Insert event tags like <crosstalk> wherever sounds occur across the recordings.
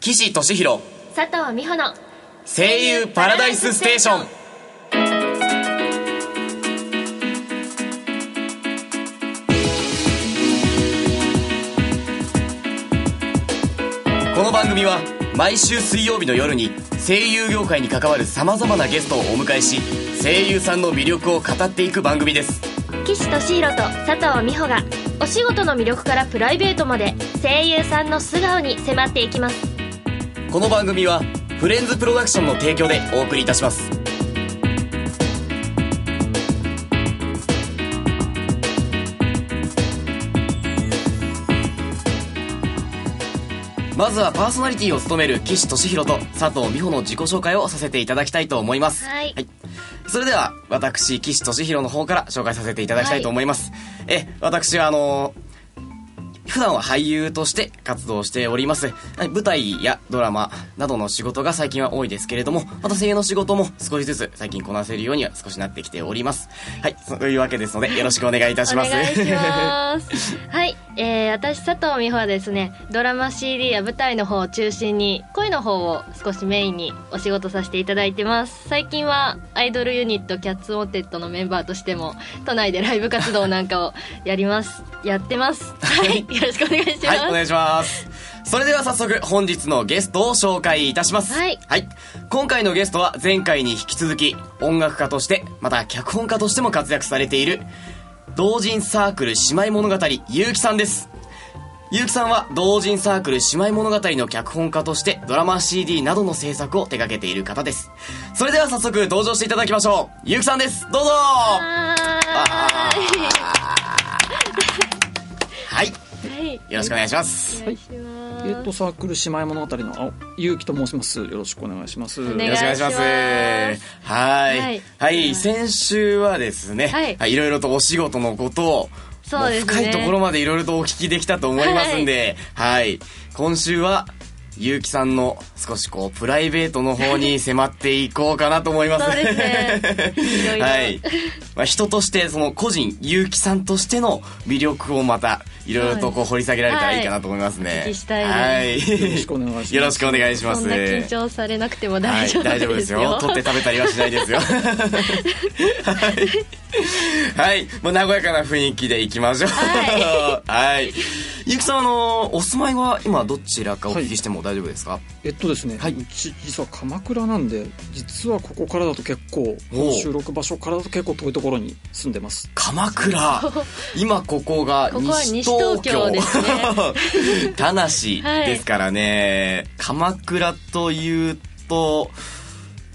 岸俊弘佐藤美穂の声優パラダイスステーションこの番組は毎週水曜日の夜に声優業界に関わるさまざまなゲストをお迎えし声優さんの魅力を語っていく番組です岸敏弘と佐藤美穂がお仕事の魅力からプライベートまで声優さんの素顔に迫っていきますこの番組はフレンズプロダクションの提供でお送りいたしますまずはパーソナリティを務める岸俊弘と佐藤美穂の自己紹介をさせていただきたいと思います、はいそれでは私岸俊弘の方から紹介させていただきたいと思います、え私はあの普段は俳優として活動しておりますはい舞台やドラマなどの仕事が最近は多いですけれどもまた声優の仕事も少しずつ最近こなせるようには少しなってきておりますはいそういうわけですのでよろしくお願いいたしますお願いしはます。 <laughs> はい、えー、私佐藤美穂はですね、ドラマ CD や舞台の方を中心に声の方を少しメインにお仕事させていただいてます。最近はアイドルユニットキャッツオーテッドのメンバーとしても都内でライブ活動なんかをやります。やってます。はい、よろしくお願いします。いお願いしますそれでは早速本日のゲストを紹介いたしますはい今回のゲストは前回に引き続き音楽家としてまた脚本家としても活躍されている同人サークル姉妹物語ゆうきさんですゆうきさんは同人サークル姉妹物語の脚本家としてドラマ CD などの制作を手掛けている方ですそれでは早速登場していただきましょうゆうきさんですどうぞははいーい。はい。よろしくお願いしますお願いします。えっと、サークル姉妹物語の青ゆうきと申します。よろしくお願いします。願よろしくお願いします。はい。ははいい。先週はですね、はいはい、いろいろとお仕事のことを、そうですねも深いところまでいろいろとお聞きできたと思いますんで、はい。今週は、ゆうきさんの少しこう、プライベートの方に迫っていこうかなと思います。そうですね。いろい <laughs> ろ。はい。まあ、人として、その個人、ゆうきさんとしての魅力をまた、いろいろとこう掘り下げられたらいいかなと思いますね。いお聞きしたいよろし <laughs> くお願いしますよろしくお願いします。そんな緊張されなくても大丈はい、大丈夫夫でですすよ。 <laughs> よ。取って食べたりはしない <laughs> ですよ。はい。はい。もう和やかな雰囲気でいきましょう。ははい。ゆきさん、あの、お住まいは今どちらかお聞きしても大丈夫ですか、えっとですね、はいうち実は鎌倉なんで、実はここからだと結構、この収録場所からだと結構遠いところに住んでます。鎌倉。今ここがここは西東京。西東です <laughs> ね。田無はいですからね。鎌倉というと、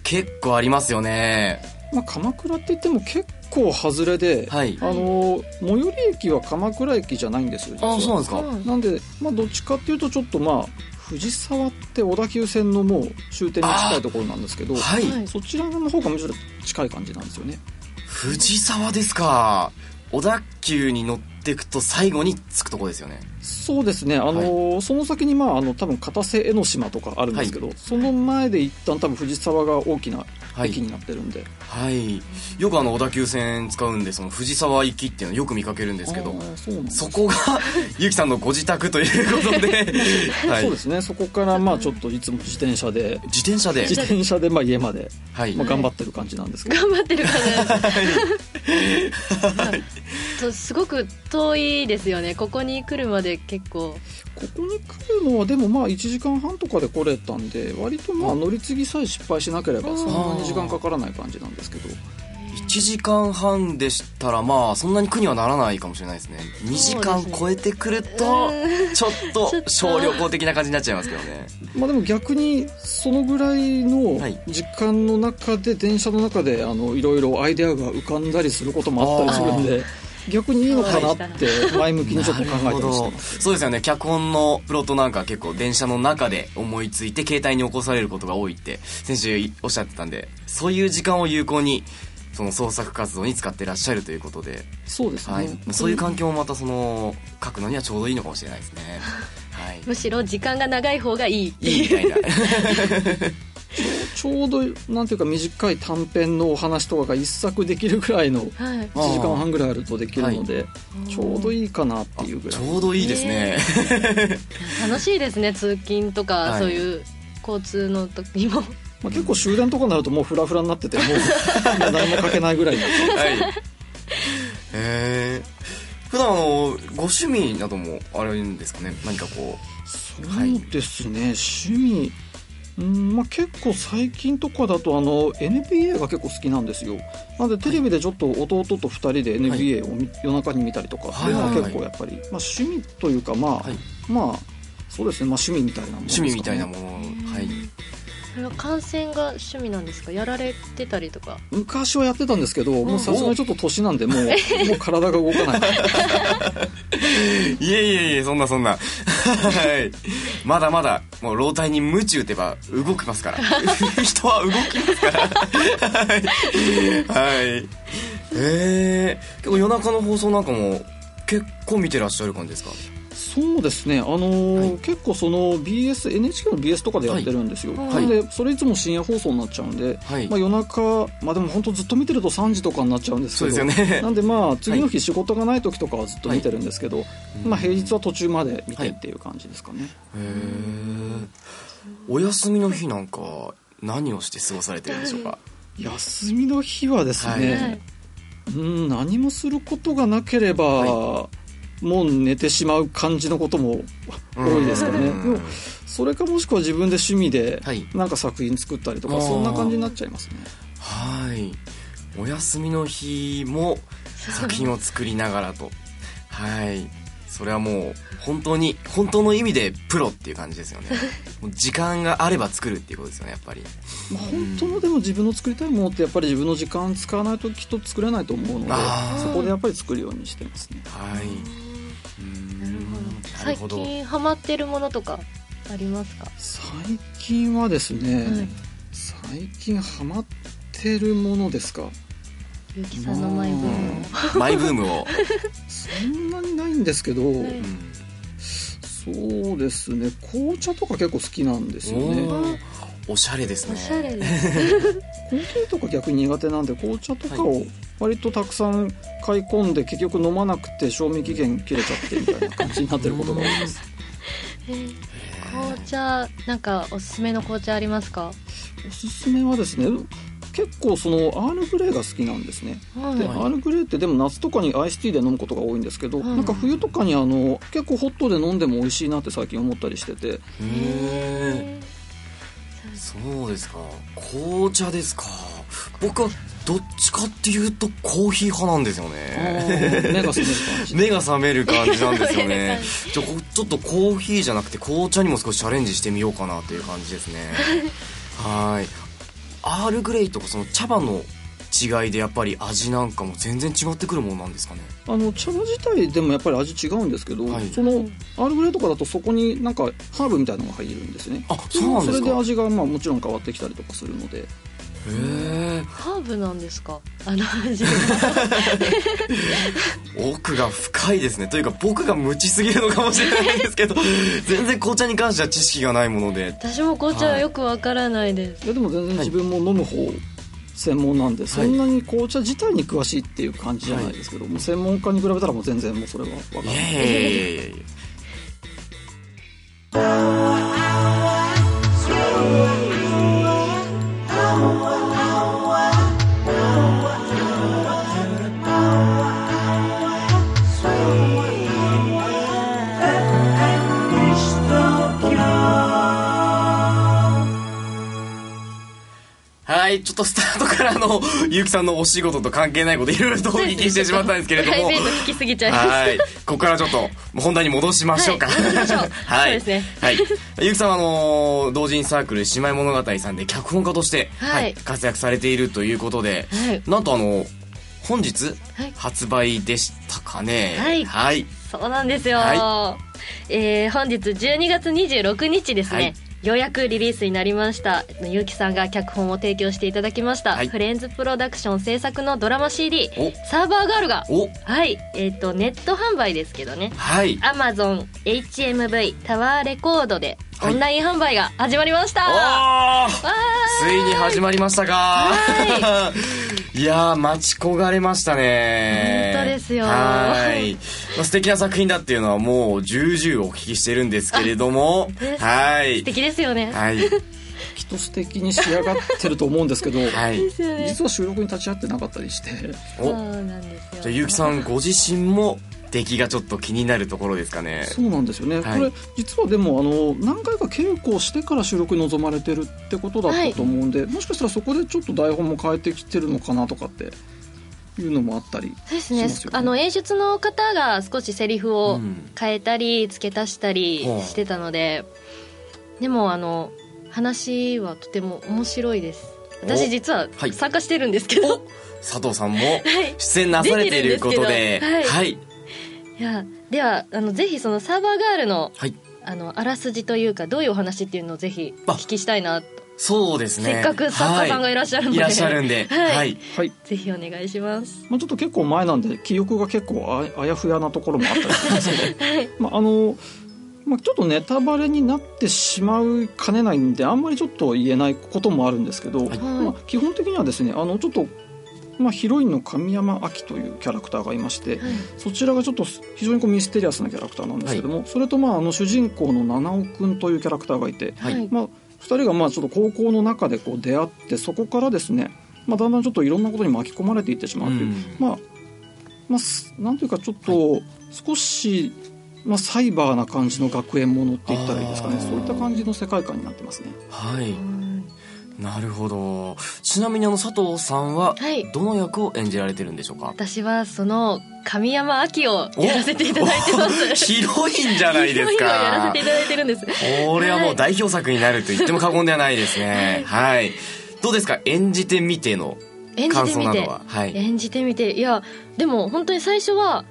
結構ありますよね。まあ、鎌倉って言っても結構外れで、はい。あの、最寄り駅は鎌倉駅じゃないんですよ。実はあ、そうなんですか。うんなんで、まあ、どっちかっていうとちょっとまあ、藤沢って小田急線のもう終点に近いところなんですけど、はい。はいそちらの方がむしろ近い感じなんですよね。藤沢ですか小田急に乗ってくと最後に着くとこですよねそうですね、あのその先に、まあ、あの多分片瀬江ノ島とかあるんですけど、その前で一旦多分藤沢が大きなはい駅になってるんで、はいよくあの小田急線使うんでその藤沢行きっていうのよく見かけるんですけあどーそうなんですそこがゆきさんのご自宅ということではそいうですね、そこからまあちょっといつも自転車で、自転車で自転車でまあ家まで、はいまあ、頑張ってる感じなんですけど、頑張ってるから、とすごく遠いですよねここに来るまで結構ここに来るのは、でもまあ1時間半とかで来れたんで、割とまあ乗り継ぎさえ失敗しなければ、そんなに時間かからない感じなんですけど、 1時間半でしたらまあそんなに苦にはならないかもしれないですね2時間超えてくるとちょっとちょっと小旅行的な感じになっちゃいますけどねまあ、でも逆にそのぐらいのはい時間の中で電車の中であのいろいろアイデアが浮かんだりすることもあったりするんで逆にいいのかなって前向きにちょっと考えてましたねそうですよね脚本のプロットなんか結構電車の中で思いついて携帯に起こされることが多いって先週おっしゃってたんでそういう時間を有効にその創作活動に使ってらっしゃるということで、そうですね、はいそういう環境もまたその書くのにはちょうどいいのかもしれないです <laughs> ね、はい、むしろ時間が長い方がいいって <laughs> いいいみうたいなちちょうどなんていうか短い短編のお話とかが一作できるぐらいの1はいあー時間半ぐらいあるとできるので、ちょうどいいかなっていうぐらちいょうどいいですね。楽しいですね通勤とか、はいそういう交通の時もまあ、結構終電とかになるともうフラフラになっててもう <laughs> 何も書けないぐらいはい。えー、普段あの、ご趣味などもあるんですかね何かこそうですね、趣味うんまあ、結構最近とかだとあの NBA が結構好きなんですよなのでテレビでちょっと弟と2人で NBA を見、夜中に見たりとかっていうのははいはいはい結構やっぱり、まあ、趣味というかまあ、う、はい、まあそうですね、まあ、趣味みたいなものです趣か味みたね、いなもの、はい。それは観戦が趣味なんですかやられてたりとか昔はやってたんですけどもうさすがにちょっと年なんでもう <laughs> もう体が動かないいえいえいえ、そんなそんな。はい。まだまだ、もう老体に夢中って言えば動きますから。 <laughs> 人は動きますから。はい。はい。えー、結構夜中の放送なんかも結構見てらっしゃる感じですかそうですね、あのーはい結構その BS、NHK の BS とかでやってるんですよ、はいなので、それいつも深夜放送になっちゃうんで、はいまあ、夜中、まあ、でも本当、ずっと見てると3時とかになっちゃうんですそうけでど、すよね <laughs> な。んで、まあ、次の日、仕事がない時とかはずっと見てるんですけど、まあ、平日は途中まで見てっていう感じですかね。へーお休みの日なんかは何をして過ごされてるんでしょうか休みの日はですね、はうん、何もすることがなければ、はもう寝てしまう感じのことも多いですかね。うんでもそれかもしくは自分で趣味ではいなんか作品作ったりとか、あーそんな感じになっちゃいますねはいお休みの日も作品を作りながらとはいそれはもう本当に本当の意味でプロっていう感じですよ <laughs> ねもう時間があれば作るっていうことですよねやっぱりまあ本当のでも自分の作りたいものってやっぱり自分の時間使わないときっと作れないと思うのであーそこでやっぱり作るようにしてますねはいうんな最近ハマってるものとかありますか最近はですね、はい最近ハマってるものですかゆうきさんのマイブームをマイブーム <laughs> を、そんなにないんですけど、いうんそうですね紅茶とか結構好きなんですよねおーおしゃれですねおしゃれですコーヒーとか逆に苦手なんで紅茶とかはを割とたくさん買い込んで結局飲まなくて賞味期限切れちゃってみたいな感じになってることが多いです紅茶なんかおすすめの紅茶ありますかおすすめはですね結構そのアールグレーが好きなんですねはで、はいアールグレーってでも夏とかにアイスティーで飲むことが多いんですけど、うんなんか冬とかにあの結構ホットで飲んでも美味しいなって最近思ったりし <laughs> ててへへーそうですか紅茶ですか僕はどっちかっていうとコーヒー派なんですよあねー目が覚める感じ目が覚める感じなんですよ目がねちょこちょっとコーヒーじゃなくて紅茶にも少しチャレンジしてみようかなという感じですねはいアールグレイとかその茶葉の違いでやっぱり味なんかも全然違ってくるものなんですかねあの茶葉自体でもやっぱり味違うんですけど、はいそのアールグレーとかだとそこになんかハーブみたいなのが入るんですねあそうなんですそれでかへ味がまあもちろん変わってきたりとかするのでえハーブなんですかあの味奥が深いですねというか僕が無知すぎるのかもしれないですけど全然紅茶に関しては知識がないもので私も紅茶はよくわからないです、いやでも全然はい自分も飲む方専門なんで、そんなに紅茶自体に詳しいっていう感じじゃないですけど、もう専門家に比べたらもう全然もうそれは分いかやらないいやいやいやいやいやはい、ちょっとスタートからあの、ゆうきさんのお仕事と関係ないこといろいろとお聞きしてしまったんですけれどプラもイベー。ト聞きすぎちゃいましたはい。ここからちょっと、本題に戻しましょうか。はい戻しましょうはい。そうですねはい。ゆうきさんは、あのー同人サークル姉妹物語さんで脚本家として、はい活躍されているということで、はいなんとあの、本日、はい発売でしたかね。はいはい。そうなんですよ、はえー本日12月26日ですね、ようやくリリースになりましたえっとゆうきさんが脚本を提供していただきました、はいフレンズプロダクション制作のドラマ CD おサーバーガールがおはいえっ、とネット販売ですけどねはい。 Amazon HMV タワーレコードではオいンライン販売が始まりました、わおーーついに始まりましたか。 <laughs> いやー、待ち焦がれましたね。本当ですよはい。まあ素敵な作品だっていうのはもう重々お聞きしてるんですけれどもあ <laughs> で。すはい素。敵ですよね、はい。きっと素敵に仕上がってると思うんですけど、 <laughs> <laughs> はい。ですよね実は収録に立ち会ってなかったりしてそお、じゃうなんですよあゆうきさんご自身も出来がちょっと気になるところですかね。そうなんですよね、はいこれ実はでもあの何回か稽古をしてから収録に臨まれてるってことだったと思うんで、もしかしたらそこでちょっと台本も変えてきてるのかなとかっていうのもあったりそうですしねますよねあの演出の方が少しセリフうをん変えたり付け足したりほうしてたので、でもあの話はとても面白いですお私実ははい参加してるんですけど、い、佐藤さんも出演なされていることで出てるんですけどはいはい、やではあのぜひそのサーバーガールのはい、あのあらすじというかどういうお話っていうのをぜひおあ聞きしたいな、そうですねせっかく作家さんがいらっしゃるのいで、らっしゃるんで、はいはい、はい、ぜひお願いしますまあ、ちょっと結構前なんで記憶が結構ああやふやなところもあったりするんですけど、まああのまあ、ちょっとネタバレになってしまいかねないんであんまりちょっと言えないこともあるんですけど、はいまあ、基本的にはですねあのちょっと、まあ、ヒロインの神山亜希というキャラクターがいましはて、いそちらがちょっと非常にこうミステリアスなキャラクターなんですけども、それとまああの主人公の七尾くんというキャラクターがいて、はいはいまあ、2人がまあちょっと高校の中でこう出会ってそこからですね、まあ、だんだんちょっといろんなことに巻き込まれていってしまうという、うんまあ、まあ、すなんというかちょっと少し、まあ、サイバーな感じの学園ものって言ったらいいですかあねーそういった感じの世界観になってますね。はいうんなるほどちなみにあの佐藤さんははいどの役を演じられてるんでしょうか私はその神山明をおやらせていただいてますおヒロインじゃない <laughs> ですヒロインをやらせかていただいてるんですこれはもう代表作になると言っても過言ではないですねはいどうですか演じてみての演じ感て想みなどてははい演じてみていやでも本当に最初は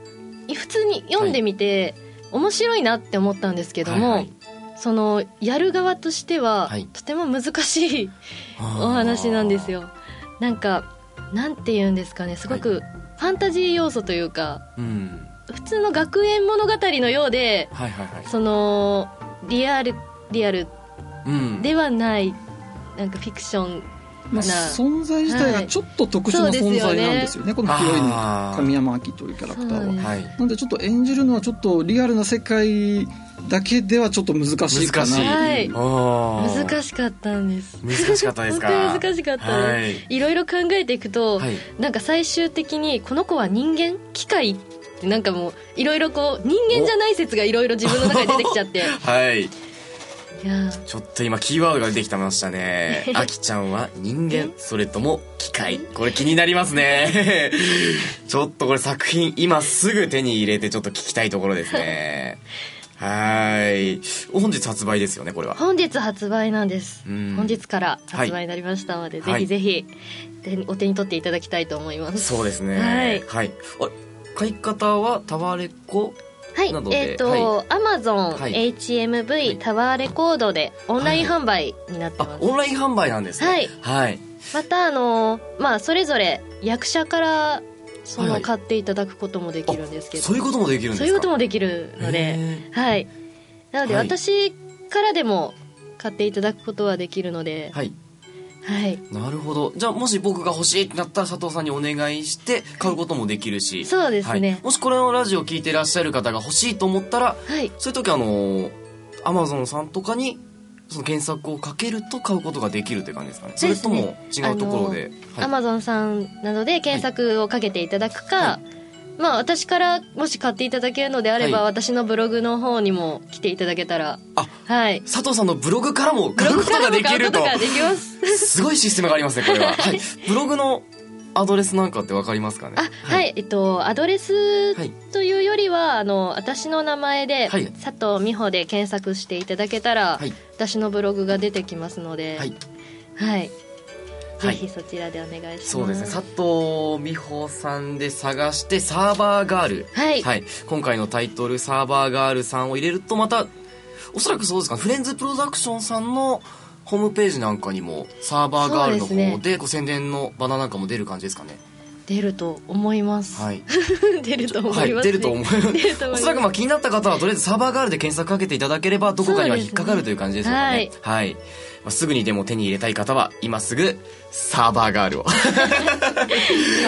い普通に読んでみて、面白いなって思ったんですけども、はいはいそのやる側としては、はいとても難しいおお話なんですよなんかなんて言うんですかねすごくファンタジー要素というかうん普通の学園物語のようではいはいはいそのリアルリアルうんではないなんかフィクションまあ、な存在自体がちょっと特殊はないそうです存よ在ねなんですよね、このヒロインの神山亜希というキャラクタそうなーはんで。すはいなんでちょっと演じるのはちょっとリアルな世界だけではちょっと難しいかなって難しいい、う難難しかったんです難しかったですか本当に難しかったですはいいろいろ考えていくと、はいなんか最終的にこの子は人間機械ってなんかもういろいろこう人間じゃない説がいろいろ自分の中で出てきちゃっ <laughs> ていはいやーちょっと今キーワードが出てきてました <laughs> ねあきちゃんは人間それとも機械これ気になりますね <laughs> ちょっとこれ作品今すぐ手に入れてちょっと聞きたいところです <laughs> ねはーい本日発売ですよねこれは本日発売なんですうん本日から発売になりましたので、はいぜひぜひ手にお手に取っていただきたいと思いますそうですねはいはい、あ買い方はタワレコはいなのでえっ、と、はい Amazon、はい HMV、いタワーレコードでオンラインは販売になってあます、オンライン販売なんですねはいはいまたあのーまあそれぞれ役者からそはいはのい買っていただくこともできるんですけど、そういうこともできるんですかそういうこともできるので、へはい。なので、はい私からでも買っていただくことはできるのでー、はいはい。なるほどじゃあもし僕が欲しいってなったら佐藤さんにお願いして買うこともできるしそうですはいね、。もしこれのラジオを聞いてらっしゃる方が欲しいと思ったらはい。そういう時あのアマゾンさんとかにその検索をかけると買うことができるって感じですかねそそうでれすとねも違うところで、はい Amazon さんなどで検索をかけていただくか、まあ私からもし買っていただけるのであれば、はい私のブログの方にも来ていただけたら、あはい。佐藤さんのブログからも買うことができるブロとグからも買うことがで <laughs> きます。すごいシステムがありますねこれは、はい、ブログのアドレスなんかってわかりますかねあ、はい、えっと、アドレスはいというよりは、あの、私の名前で、はい佐藤美穂で検索していただけたら、はい私のブログが出てきますので、はい、はい、はいぜひそちらでお願いします。そうですね佐藤美穂さんで探してサーバーガールはい、はい、今回のタイトル「サーバーガール」さんを入れるとまたおそらくそうですかフレンズプロダクションさんのホームページなんかにもサーバーガールのそうで方すでこう宣伝の場なんかも出る感じですかね出ると思います、はい <laughs> 出ると思います、はいね出ると思い <laughs> ます出ると思いおますそらくまあ気になった方はとりあえずサーバーガールで検索かけていただければどこかには引っかかるという感じですよねそはい、まあ、すぐにでも手に入れたい方は今すぐサーバーガールをお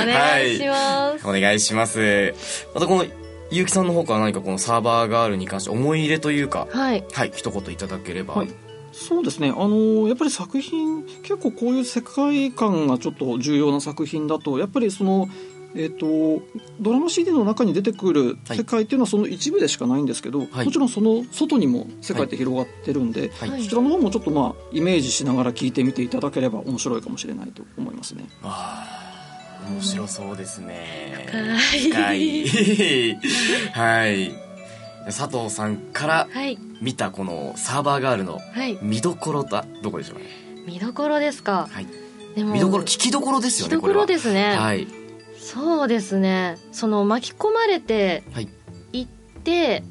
願いします、お願いしますまたこの結城さんの方から何かこのサーバーガールに関して思い入れというかはいはい一言いただければはいそうですねあのーやっぱり作品結構こういう世界観がちょっと重要な作品だとやっぱりその、えー、とドラマ CD の中に出てくるはい世界っていうのはその一部でしかないんですけど、はいもちろんその外にも世界って広がってるんで、はいはいそちらの方もちょっとまあイメージしながら聞いてみていただければ面白いかもしれないと思いますね。あー面白そうですね深い深いはい佐藤さんからはい見たこのサーバーガールのはい見どころだどこでしょうかね、見どころですかはい、でも見どころ聞きどころですよ見ねどここれはろですね、はいそうですねその巻き込まれてはいいって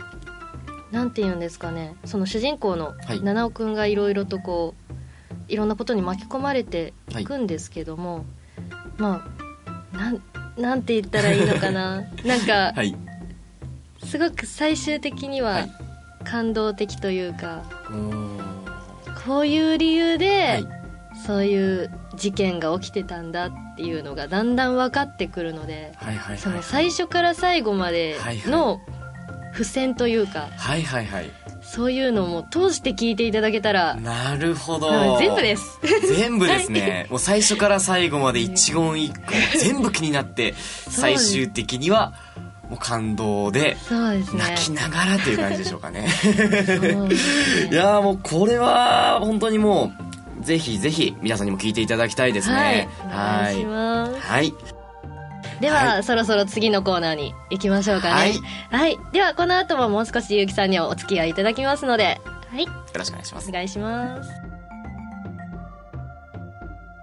なんて言うんですかねその主人公のはい七尾くんがいろいろとこういろんなことに巻き込まれていくんですけども、まあなんなんて言ったらいいのかな <laughs> なんか、はいすごく最終的にははい感動的というか、おーこういう理由で、はいそういう事件が起きてたんだっていうのがだんだん分かってくるのではいはいそはいの最初から最後まではいはいの付箋というか、はいはいはいそういうのも通して聞いていただけたらなるほどはい全部ですす全部ですねもう最初から最後まで一言一句 <laughs> 全部気になって最終的にはもう感動でそうですね泣きながらという感じでしょうかね <laughs> そうですいねやーもうこれは本当にもうぜひぜひ皆さんにも聞いていただきたいですねはいお願いしますはいでは、はそろそろ次のコーナーに行きましょうかねはい、ではこの後ももう少しゆうきさんにはお付き合いいただきますのではいよろしくお願いしますお願いします